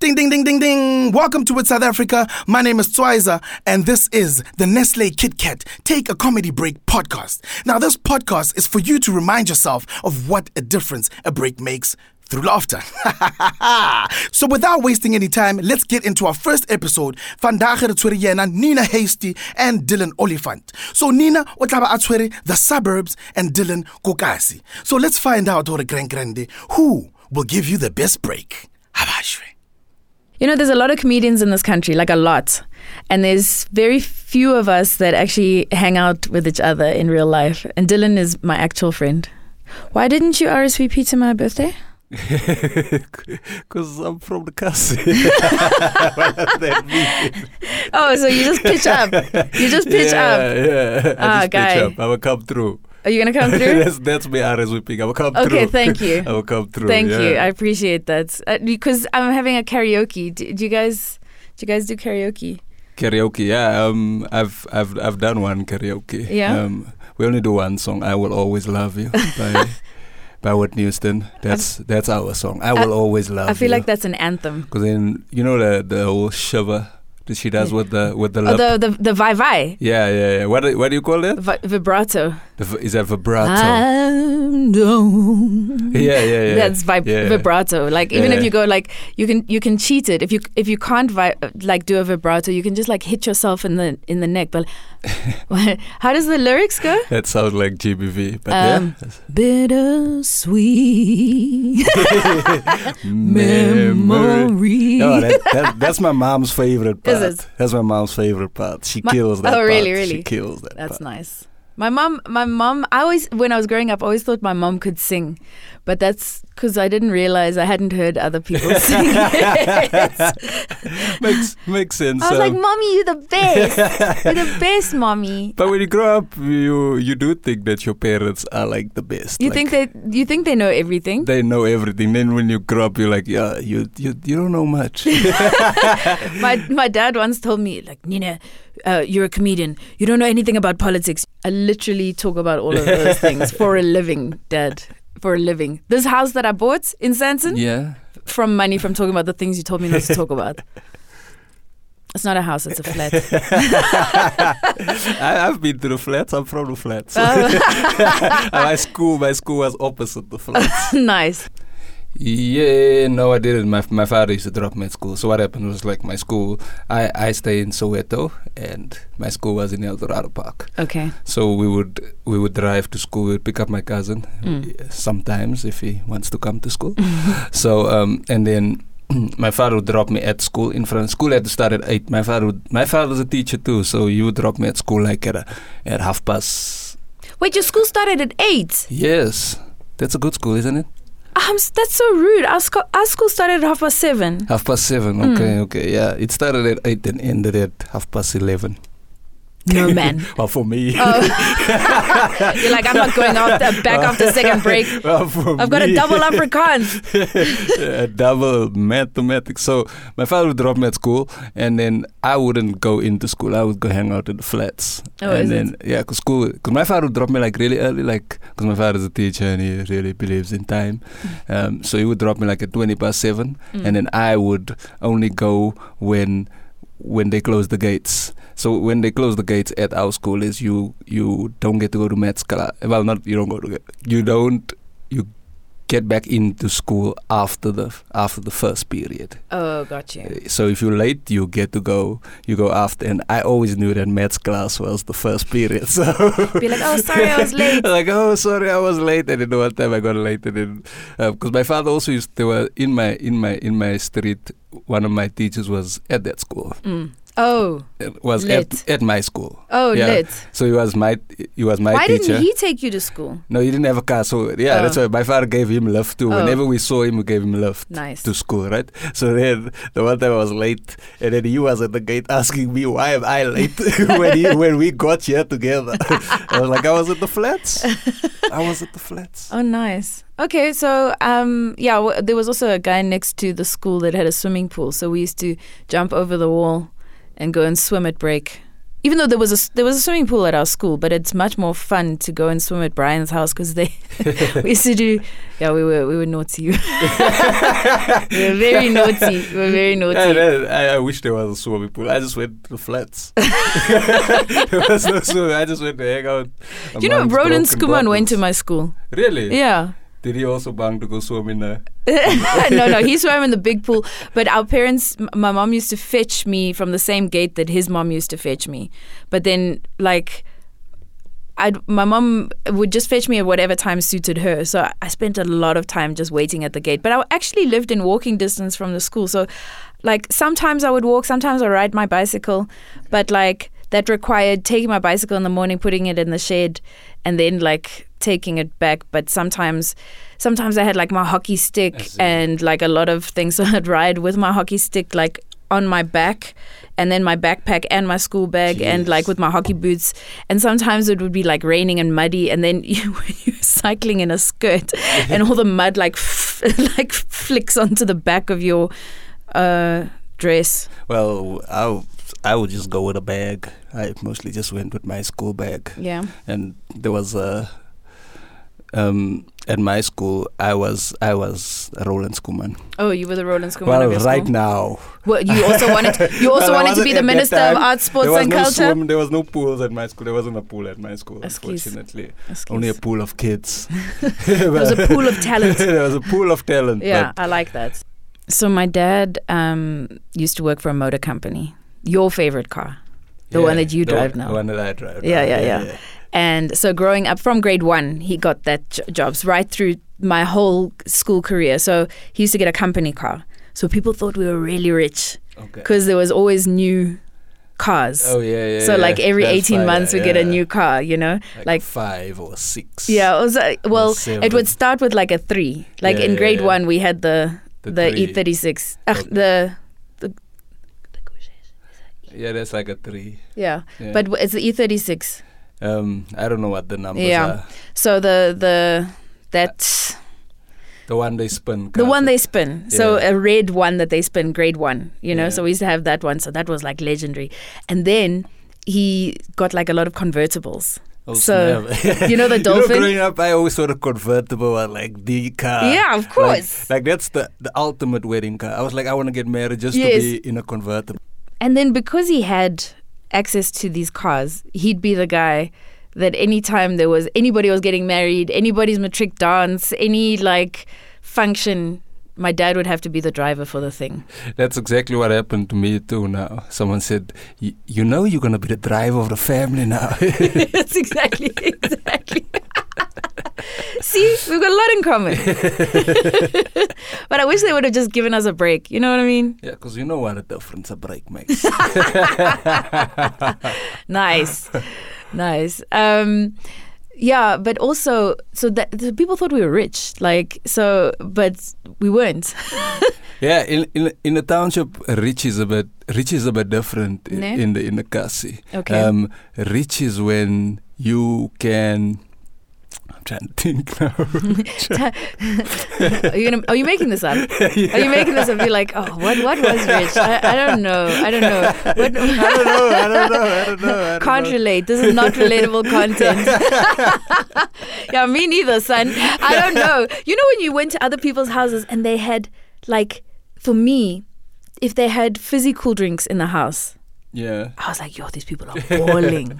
Ding, ding, ding, ding, ding. Welcome to It South Africa. My name is Twiza, and this is the Nestle Kit Kat Take a Comedy Break podcast. Now, this podcast is for you to remind yourself of what a difference a break makes through laughter. so without wasting any time, let's get into our first episode. Vandaag het tshwere yena Nina Hasty and Dylan Oliphant. So Nina o tla ba a tshwere The Suburbs and Dylan Kokasi. So let's find out hore Grand Grande who will give you the best break. Habashwe. You know, there's a lot of comedians in this country, like a lot. And there's very few of us that actually hang out with each other in real life. And Dylan is my actual friend. Why didn't you RSVP to my birthday? Because I'm from the castle. What does that mean? Oh, so you just pitch up. You just pitch yeah, up. Yeah, I Ah, just guy. pitch up. I will come through. Are you going to come through? that's, that's me RSVPing. I will come through. Okay, thank you. I will come through. Thank you. I yeah. appreciate that. Uh, Because I'm having a karaoke. Do, do you guys do you guys do karaoke? Karaoke, yeah. Um, I've I've I've done one karaoke. Yeah? Um, we only do one song. I will always love you by by Whitney Houston. That's that's our song. I will always love. I feel you. like that's an anthem. because then you know the the whole shiver that she does Yeah. with the with the Oh, lip. the the the vai vai yeah, yeah, yeah. What do- what do you call it? vi- vibrato. The v- Is that vibrato? I don't- Yeah, yeah, yeah. Ah. That's vib- Yeah. vibrato. Like even if Yeah. you go like you can you can cheat it. If you if you can't vi- like do a vibrato, you can just like hit yourself in the in the neck. But how does the lyrics go? That sounds like GBV, but Um, Bittersweet yeah. memory. No, Oh, that, that, that's my mom's favorite Is part. it? That's my mom's favorite part. She My- kills that Oh, really, part. really? She kills that That's part. nice. My mom, my mom. I always, when I was growing up, I always thought my mom could sing, but that's because I didn't realize I hadn't heard other people sing. I makes, makes sense. was like, um, "Mommy, you're the best. You're the best, mommy." but when you grow up, you you do think that your parents are like the best. You like, think they, you think they know everything? they know everything. Then when you grow up, you're like, yeah, you you, you don't know much. my my dad once told me, like, Nina, uh, you're a comedian. You don't know anything about politics. I literally talk about all of those things for a living, Dad. For a living. This house that I bought in Sanson. yeah. from money from talking about the things you told me not to talk about. It's not a house, it's a flat. I, I've been to the flats. I'm from the flats. Oh, my school, my school was opposite the flats. nice. Yeah, no, I didn't. My my father used to drop me at school. So what happened was like my school. I I stay in Soweto, and my school was in El Dorado Park. Okay. So we would we would drive to school. We'd pick up my cousin Mm. uh, sometimes if he wants to come to school. so um, and then. My father would drop me at school in front. School had to start at eight. My father, would, my father's a teacher too, so he would drop me at school like at, a, at half past. Wait, your school started at 8? Yes, that's a good school, isn't it? Um, s- that's so rude. Our, sco- our school started at half past 7. Half past seven. Mm. Okay, okay, yeah. It started at eight and ended at half past eleven. No, man. Well, for me, Oh. You're like, I'm not Oh, going out the- back Uh. after second break. well, for I've got a me, double Afrikaans. a double mathematics. So my father would drop me at school, and then I wouldn't go into school. I would go hang out at the flats. Oh, and is it? then yeah, cause school, cause my father would drop me like really early, like cause my father's a teacher and he really believes in time. Um, so he would drop me like at twenty past seven, and then I would only go when when they close the gates. So when they close the gates at our school is you you don't get to go to maths class. Well, not you don't go to you don't you get back into school after the after the first period. Oh, got you. Uh, So if you're late, you get to go you go after. And I always knew that maths class was the first period. So Be like, oh, sorry, I was late. like, oh, sorry, I was late. And then one time I got late, and then because my father also used to were in my in my in my street. One of my teachers was at that school. Mm. Oh, uh, Was Lit. at at my school. oh, Yeah. lit. So he was my he was my Why teacher. didn't he take you to school? No, he didn't have a car. So yeah, Oh. that's why my father gave him love too. Oh. Whenever we saw him, we gave him love Nice. to school, right? So then the one time I was late, and then he was at the gate asking me why am I late when he, when we got here together. I was like, I was at the flats. I was at the flats. Oh, nice. Okay, so um, yeah, w- there was also a guy next to the school that had a swimming pool, so we used to jump over the wall and go and swim at break. even though there was a s- there was a swimming pool at our school, but it's much more fun to go and swim at Brian's house because they we used to do yeah we were we were naughty we were very naughty we were very I, naughty I, I wish there was a swimming pool. I just went to the flats. there was no swimming. I just went to hang out. you know amongst Roland broken Skuman went to bottles. my school Really? yeah Did he also bang to go swim in there? no, no, he swam in the big pool. But our parents, m- my mom used to fetch me from the same gate that his mom used to fetch me. But then, like, I'd, my mom would just fetch me at whatever time suited her. So I- I spent a lot of time just waiting at the gate. But I actually lived in walking distance from the school. So, like, sometimes I would walk, sometimes I ride my bicycle. But, like, that required taking my bicycle in the morning, putting it in the shed, and then, like, taking it back. But sometimes, sometimes I had, like, my hockey I stick see. and, like, a lot of things. So I'd ride with my hockey stick, like, on my back and then my backpack and my school bag and like Jeez. with my hockey boots and sometimes it would be like raining and muddy and then you were cycling in a skirt and all the mud like f- like flicks onto the back of your uh dress Well, I, I would just go with a bag. I mostly just went with my school bag. yeah and there was a um, at my school I was I was a Roland Schoolman. oh you were the Roland School Well, right now well, you also wanted to, you also Well, I wanted to be the wasn't at that minister of time. arts sports there was and no culture swim, there was no pools at my school. There wasn't a pool at my school, Excuse. unfortunately. Excuse. Only a pool of kids. there was a pool of talent there was a pool of talent. Yeah, I like that. So my dad um, used to work for a motor company. Your favorite car, but the one that you the drive one- now. The one that I drive. Yeah, now. yeah, yeah. And so growing up from grade one, he got that j- jobs right through my whole school career. So he used to get a company car. So people thought we were really rich Okay. because there was always new cars. Oh yeah, yeah. so yeah. like every That's 18 fire, months we get a yeah. new car, you know? like- five or six. Yeah, it was, uh, well, it seven. would start with like a 3. Like Yeah, in yeah, grade yeah. 1 we had the the, three. Oh. E36. Ugh, Okay. the Yeah, that's like a three. yeah. Yeah. But w- it's the E E36. um, I don't know what the numbers Yeah. are. So the the that The one they spin. The one they spin. So Yeah. a red one that they spin, grade one, you know. Yeah. So we used to have that one. So that was like legendary. And then he got like a lot of convertibles. Oh, so- You know the dolphin? growing up, I always saw the convertible as like the car. yeah, of Like, course. like that's the, the ultimate wedding car. I was like, I want to get married just Yes. to be in a convertible. and then because he had access to these cars, he'd be the guy that anytime there was anybody was getting married, anybody's matric dance, any like function, my dad would have to be the driver for the thing. That's exactly what happened to me too. Now someone said, "Y- you know, you're gonna be the driver of the family now. That's exactly, exactly. See, we've got a lot in common. but I wish they would have just given us a break. You know what I mean? yeah, because you know what a difference a break makes. Nice, nice. Um, yeah, but also, so that so people thought we were rich, like so, but we weren't. Yeah, in in in the township, rich is a bit rich is a bit different i- Ne? in the in the kasi. Okay. Um, rich is when you can. I'm trying to think now. Are you gonna, are you making this up? Are you making this up? You're like, oh, what what was rich? I, I don't know. I don't know. What, I don't know. I don't know. I don't know. I don't Can't know. relate. This is not relatable content. yeah, me neither, son. I don't know. You know when you went to other people's houses and they had like for me, if they had fizzy cool drinks in the house, Yeah. I was like, yo, these people are balling.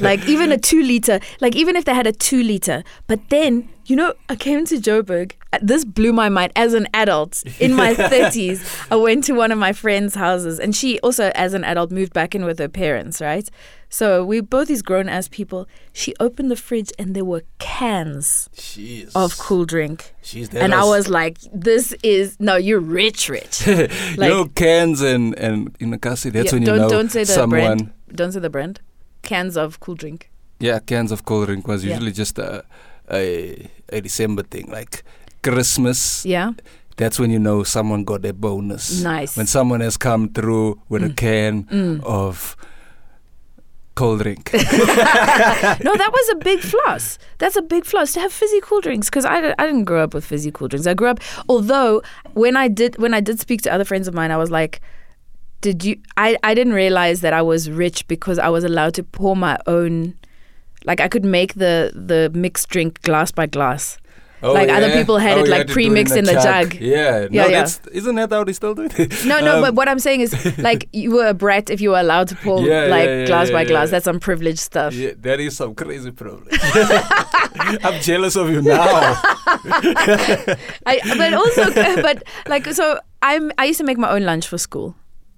like even a two liter, like even if they had a two liter. But then, you know, I came to Joburg. uh, This blew my mind as an adult in my 30s. I went to one of my friend's houses and she also, as an adult, moved back in with her parents, right? So we both these grown ass people. She opened the fridge and there were cans Jeez. of cool drink. Jeez, that And I was like, this is no, you're rich, rich. you know, cans and and in the kasi. That's Yeah, when you don't know don't say the someone. brand. Don't say the brand. Cans of cool drink. Yeah, cans of cold drink was Yeah. usually just a, a a December thing, like Christmas. Yeah. That's when you know someone got their bonus. Nice. when someone has come through with a Mm. can Mm. of cold drink. no, that was a big floss. That's a big floss to have fizzy cool drinks because I, di- I didn't grow up with fizzy cool drinks. I grew up, although when I did when I did speak to other friends of mine, I was like, did you I, I didn't realize that I was rich because I was allowed to pour my own like I could make the the mixed drink glass by glass. Oh, Like, other yeah. people had it, you like, to do pre-mixed in the jug. Yeah, Yeah, no, yeah. that's isn't that how they still do it? No, no, Um, but what I'm saying is like you were a brat if you were allowed to pour Yeah, yeah, like yeah, glass yeah, by yeah. glass. That's some privileged stuff. Yeah, that is some crazy problem. I'm jealous of you now. I, but also, but like, so I'm. I used to make my own lunch for school.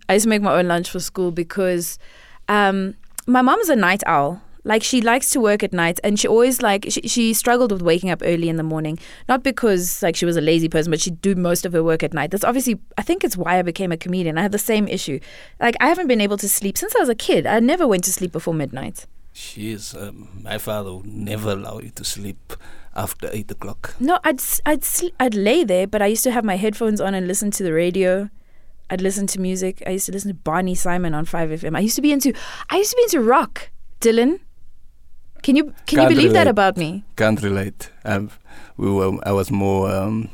I used to make my own lunch for school because um, my mom's a night owl. Like she likes to work at night, and she always like she, she struggled with waking up early in the morning. Not because like she was a lazy person, but she'd do most of her work at night. That's obviously I think it's why I became a comedian. I had the same issue. Like I haven't been able to sleep since I was a kid. I never went to sleep before midnight. Jeez, um, my father would never allow you to sleep after eight o'clock. No, I'd s- I'd sl- I'd lay there, but I used to have my headphones on and listen to the radio. I'd listen to music. I used to listen to Barney Simon on Five FM. I used to be into I used to be into rock. Dylan, can you can you Can't believe that relate. about me? Can't relate. Um, we were. I was more um,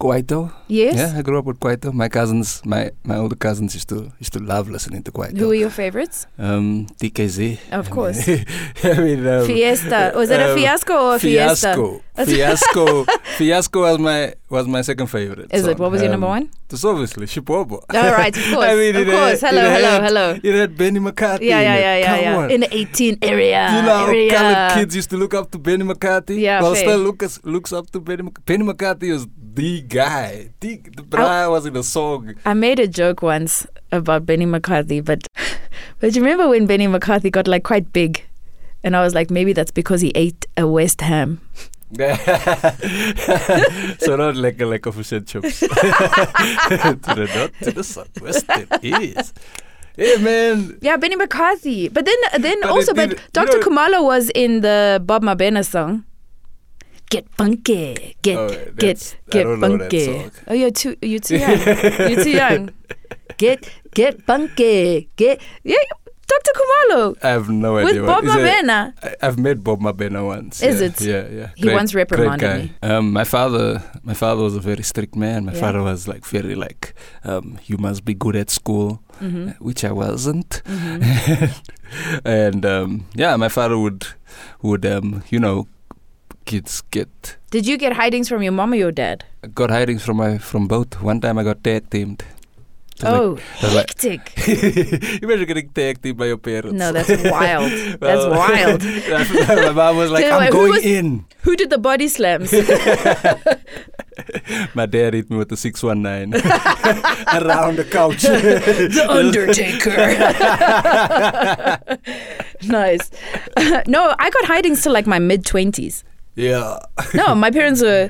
Kwaito. Yes. Yeah, I grew up with Kwaito. My cousins, my my older cousins used to used to love listening to Kwaito. Who were your favorites? Um, TKZ. Of course. I mean, um, Fiesta. Was it a um, fiasco or a fiesta? Fiasco. That's- Fiasco. Fiasco was my was my second favorite. Is it? song. What was your number Um, one? It's obviously Shipobo. All right, of course. I mean, of it course. had- hello, it hello, had- hello. It had Benny McCarthy. Yeah, in yeah, it. yeah, yeah, Come yeah. On. In the 18 area. you know how area. colored kids used to look up to Benny McCarthy? Yeah, Well, fair. still Lucas looks up to Benny McCarthy. Benny McCarthy is the guy. The, the guy Oh. was in a song. I made a joke once about Benny McCarthy, but but you remember when Benny McCarthy got like quite big, and I was like, maybe that's because he ate a West Ham. so not like a, like a fish and chips. to the north, to the southwest, it is. Hey man, Yeah, Benny McCarthy. But then then But also, it but did- you Dr. know- Kumalo was in the Bob Mabena song. Get funky, get Oh, get that's- I get don't know that funky. song. Oh, you're too you're too young. you're too young. Get get funky, get yeah. Dr. Kumalo I have no with idea. Bob what, is it- Mabena. I- I've met Bob Mabena once. Is yeah, it? Yeah, yeah. He once reprimanded guy. me. Um, my father, my father was a very strict man. My Yeah. father was like very like, um, you must be good at school, hmm which I wasn't. hmm and um, yeah, my father would, would um, you know, kids get Did you get hidings from your mom or your dad? got hirings from my from both. One time I got tag teamed. It was like- Oh, was like- hectic. Imagine getting tag teamed by your parents. No, that's wild. That's Well, wild. my mom was like, Dude, who I'm going was- in. Who did the body slams? My dad hit me with the 619 around the couch. the Undertaker. nice. no, I got hidings till like my mid 20s. yeah. No, my parents were.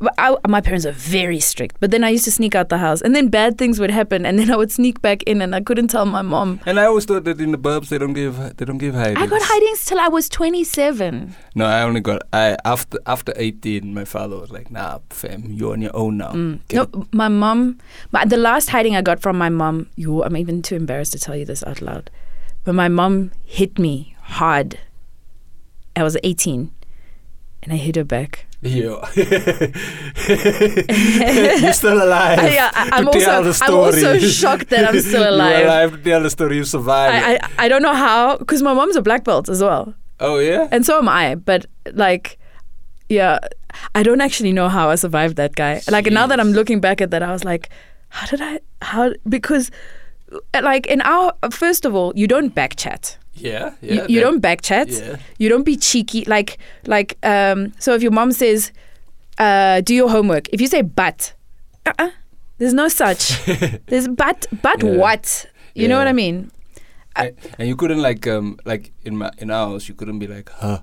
but I, my parents were very strict, but then I used to sneak out the house, and then bad things would happen, and then I would sneak back in, and I couldn't tell my mom. And I always thought that in the burbs they don't give they don't give hidings. I got hidings till I was 27. No, I only got I after after 18 my father was like, "Nah, fam, you're on your own now." Mm. Get No, my mom. My, the last hiding I got from my mom. You, I'm even too embarrassed to tell you this out loud, but my mom hit me hard. I was 18, and I hit her back. Yeah. You're still alive. yeah, I, I'm to tell also. the I'm also story. shocked that I'm still You're alive. alive to tell the story. You survived. I, I, I don't know how, because my mom's a black belt as well, oh yeah. and so am I. But like, yeah, I don't actually know how I survived that guy. Like now that I'm Jeez. looking back at that, I was like, how did I? How because, uh, like in our first of all, you don't back chat. Yeah. You- Yeah. you, that- don't back chat. Yeah. You don't be cheeky. Like like um. So if your mom says, uh, "Do your homework," if you say "but," uh-uh, there's no such. there's but but Yeah. what? You know Yeah. what I mean? And, and you couldn't like um like in my in our house you couldn't be like huh.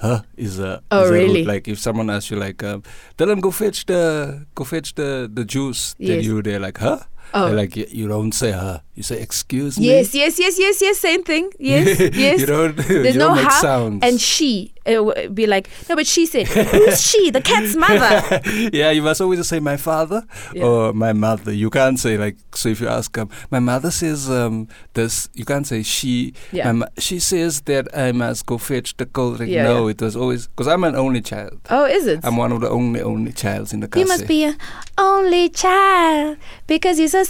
Huh is a Oh, is a root. really? like if someone asks you like um, tell them go fetch the go fetch the the juice then Yes. you they're like huh Oh. They're like you, you don't say huh you say excuse me Yes, yes, yes, yes, yes. Same thing. Yes, yes. you don't There's you no don't make huh sounds and she. it would be like, no, but she said, who's she? The cat's mother. yeah, you must always say my father Yeah. or my mother. You can't say like so. If you ask um, my mother says um, this, you can't say she. Yeah. my ma- she says that I must go fetch the cold drink. Yeah, no, it was always because I'm an only child. oh, is it? I'm one of the only only childs in the you country. must be an only child because you're so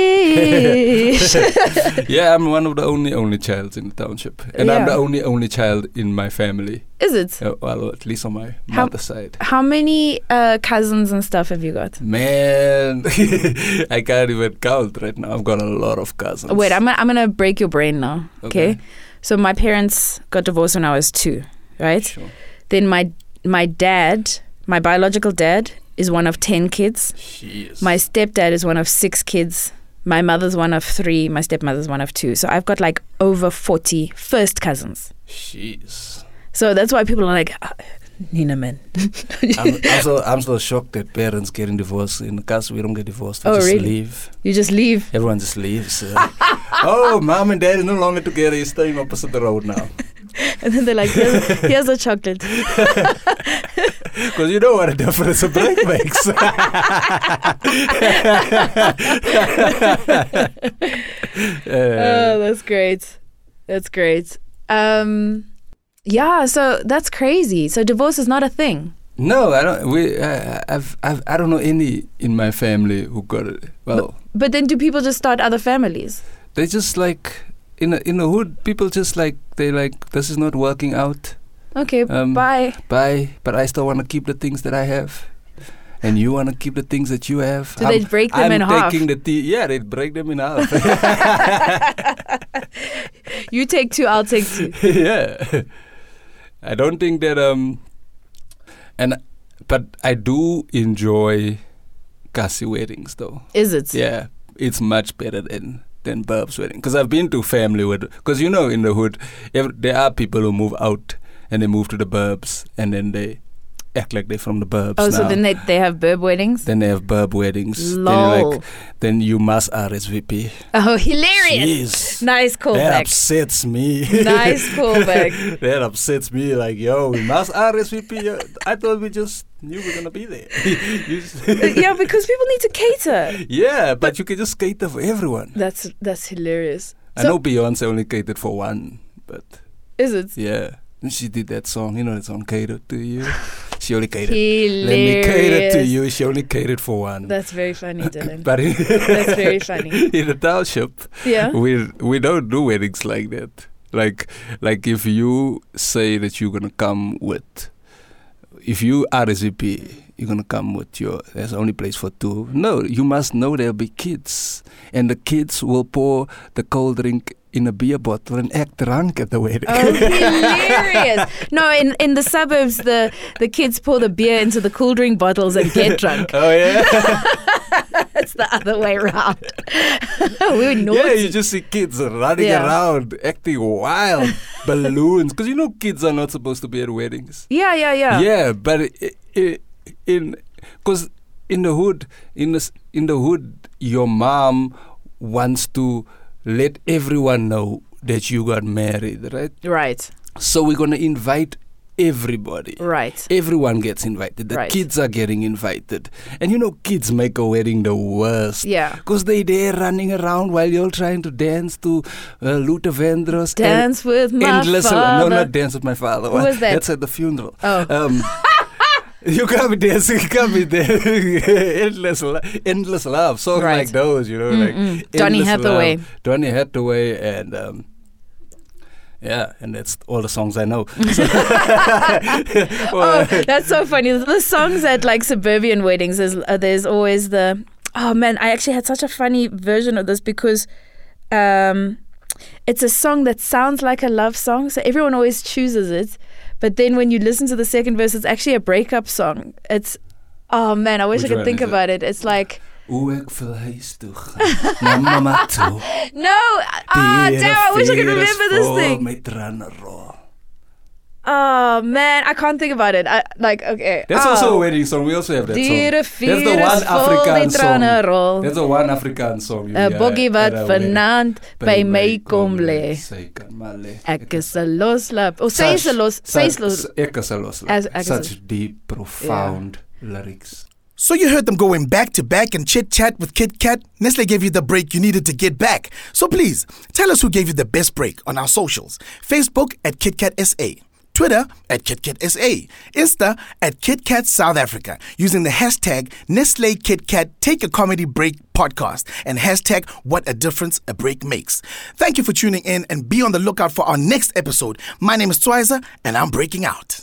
selfish. yeah, I'm one of the only only childs in the township, and I'm Yeah. the only only child in my family. is it? Uh, well, at least on my How- mother's side. How many uh, cousins and stuff have you got? Man, I can't even count right now. I've got a lot of cousins. Wait, I'm gonna, I'm gonna break your brain now. Okay. Okay. So my parents got divorced when I was two, right? Sure. Then my my dad, my biological dad, is one of ten kids. Jeez. My stepdad is one of six kids. My mother's one of three. My stepmother's one of two. So I've got like over 40 first cousins. Jeez. So that's why people are like, "Ah, Nina man. I'm, I'm, so, I'm so shocked that parents getting divorced. In the cast, we don't get divorced. We Oh, just really? leave. You just leave. Everyone just leaves. uh, oh, mom and dad is no longer together. You're staying opposite the road now. And then they're like, here's, here's the chocolate. Because you know what a difference a break makes. oh, that's great. That's great. Um, yeah, so that's crazy. So divorce is not a thing. no, I don't. We, uh, I've, I've, I don't know any in my family who got it. Well, But then do people just start other families? they just like in a, in the hood. People just like they like this is not working out. Okay, Um, bye. Bye, but I still want to keep the things that I have. And you want to keep the things that you have. Do they break them I'm in half? taking the tea. Yeah, they break them in half. You take two, I'll take two. yeah. I don't think that um and but I do enjoy Kasi weddings though. Is it? Yeah, it's much better than than Burbs wedding because I've been to family wed because you know in the hood ev there are people who move out and they move to the Burbs and then they act like they're from the Burbs. Oh, so now. then they, they have burb weddings? Then they have burb weddings. Then Lol. you're like, then you must RSVP. oh, hilarious. Jeez. Nice that callback. upsets me. nice callback. that upsets me. Like, yo, we must RSVP. Yo, I thought we just knew we are gonna be there. You s- Uh, yeah, because people need to cater. yeah, but you can just cater for everyone. That's that's hilarious. I So- know Beyonce only catered for one, but Is it? yeah, And she did that song. You know that song, catered to you. She only catered. Hilarious. Let me cater to you. She only catered for one. That's very funny, Dylan. but in, That's very funny. in the township, Yeah. we we don't do weddings like that. Like like if you say that you're gonna come with, if you RSVP, you're gonna come with your. There's only place for two. No, you must know there'll be kids, and the kids will pour the cold drink in a beer bottle and act drunk at the wedding. Oh, hilarious! No, in, in the suburbs, the, the kids pour the beer into the cool drink bottles and get drunk. Oh, yeah, That's the other way around. we were yeah. naughty. You just see kids running Yeah. around, acting wild, balloons. Because you know kids are not supposed to be at weddings. Yeah, yeah, yeah. Yeah, but i i in because in the hood, in the s- in the hood, your mom wants to let everyone know that you got married, right? Right, So we're gonna invite everybody. right. Everyone gets invited. The Right. kids are getting invited, and you know, kids make a wedding the worst. Yeah. Because they there running around while you're trying to dance to uh, Luther Vandross. and- Dance with my endless. father. No, not dance with my father. Who was that? That's at the funeral. Oh. Um, you can't be dancing. You can't be dancing. endless, lo- endless love. Songs Right. like those, you know, like Donny Endless Hathaway. Love, Donny Hathaway, and. Um, yeah, and that's all the songs I know. So- Oh, that's so funny. The songs at like suburban weddings is uh, there's always the oh man. I actually had such a funny version of this because um, it's a song that sounds like a love song, so everyone always chooses it. But then when you listen to the second verse, it's actually a breakup song. It's oh man, I wish Which I could one think is it? about it? It's like Hoe ek verhuis toe gaan, na mamma toe. no, ah damn, I wish I could Dier is remember this vol thing. met tranne rol. Oh man, I can't think about it. I like okay. That's oh. also a wedding song. We also have that Diere song. That's vier is the one vol die Afrikaans tranen song. rol. That's the one Afrikaans song. Uh, boggie wat vanaand by my kom lê. Sy kan maar lê. Ek is 'n loslap. Oh, sy is 'n los, sy is los. Ek is 'n loslap. As- ek is 'n- Such deep, profound lyrics. So you heard them going back to back and chit chat with Kit Kat. Nestle gave you the break you needed to get back. So please tell us who gave you the best break on our socials: Facebook at KitKatSA, Twitter at KitKatSA, Insta at KitKat South Africa, using the hashtag Nestle KitKat Take a Comedy Break Podcast and hashtag What a Difference a Break Makes. Thank you for tuning in and be on the lookout for our next episode. My name is Twizer and I'm breaking out.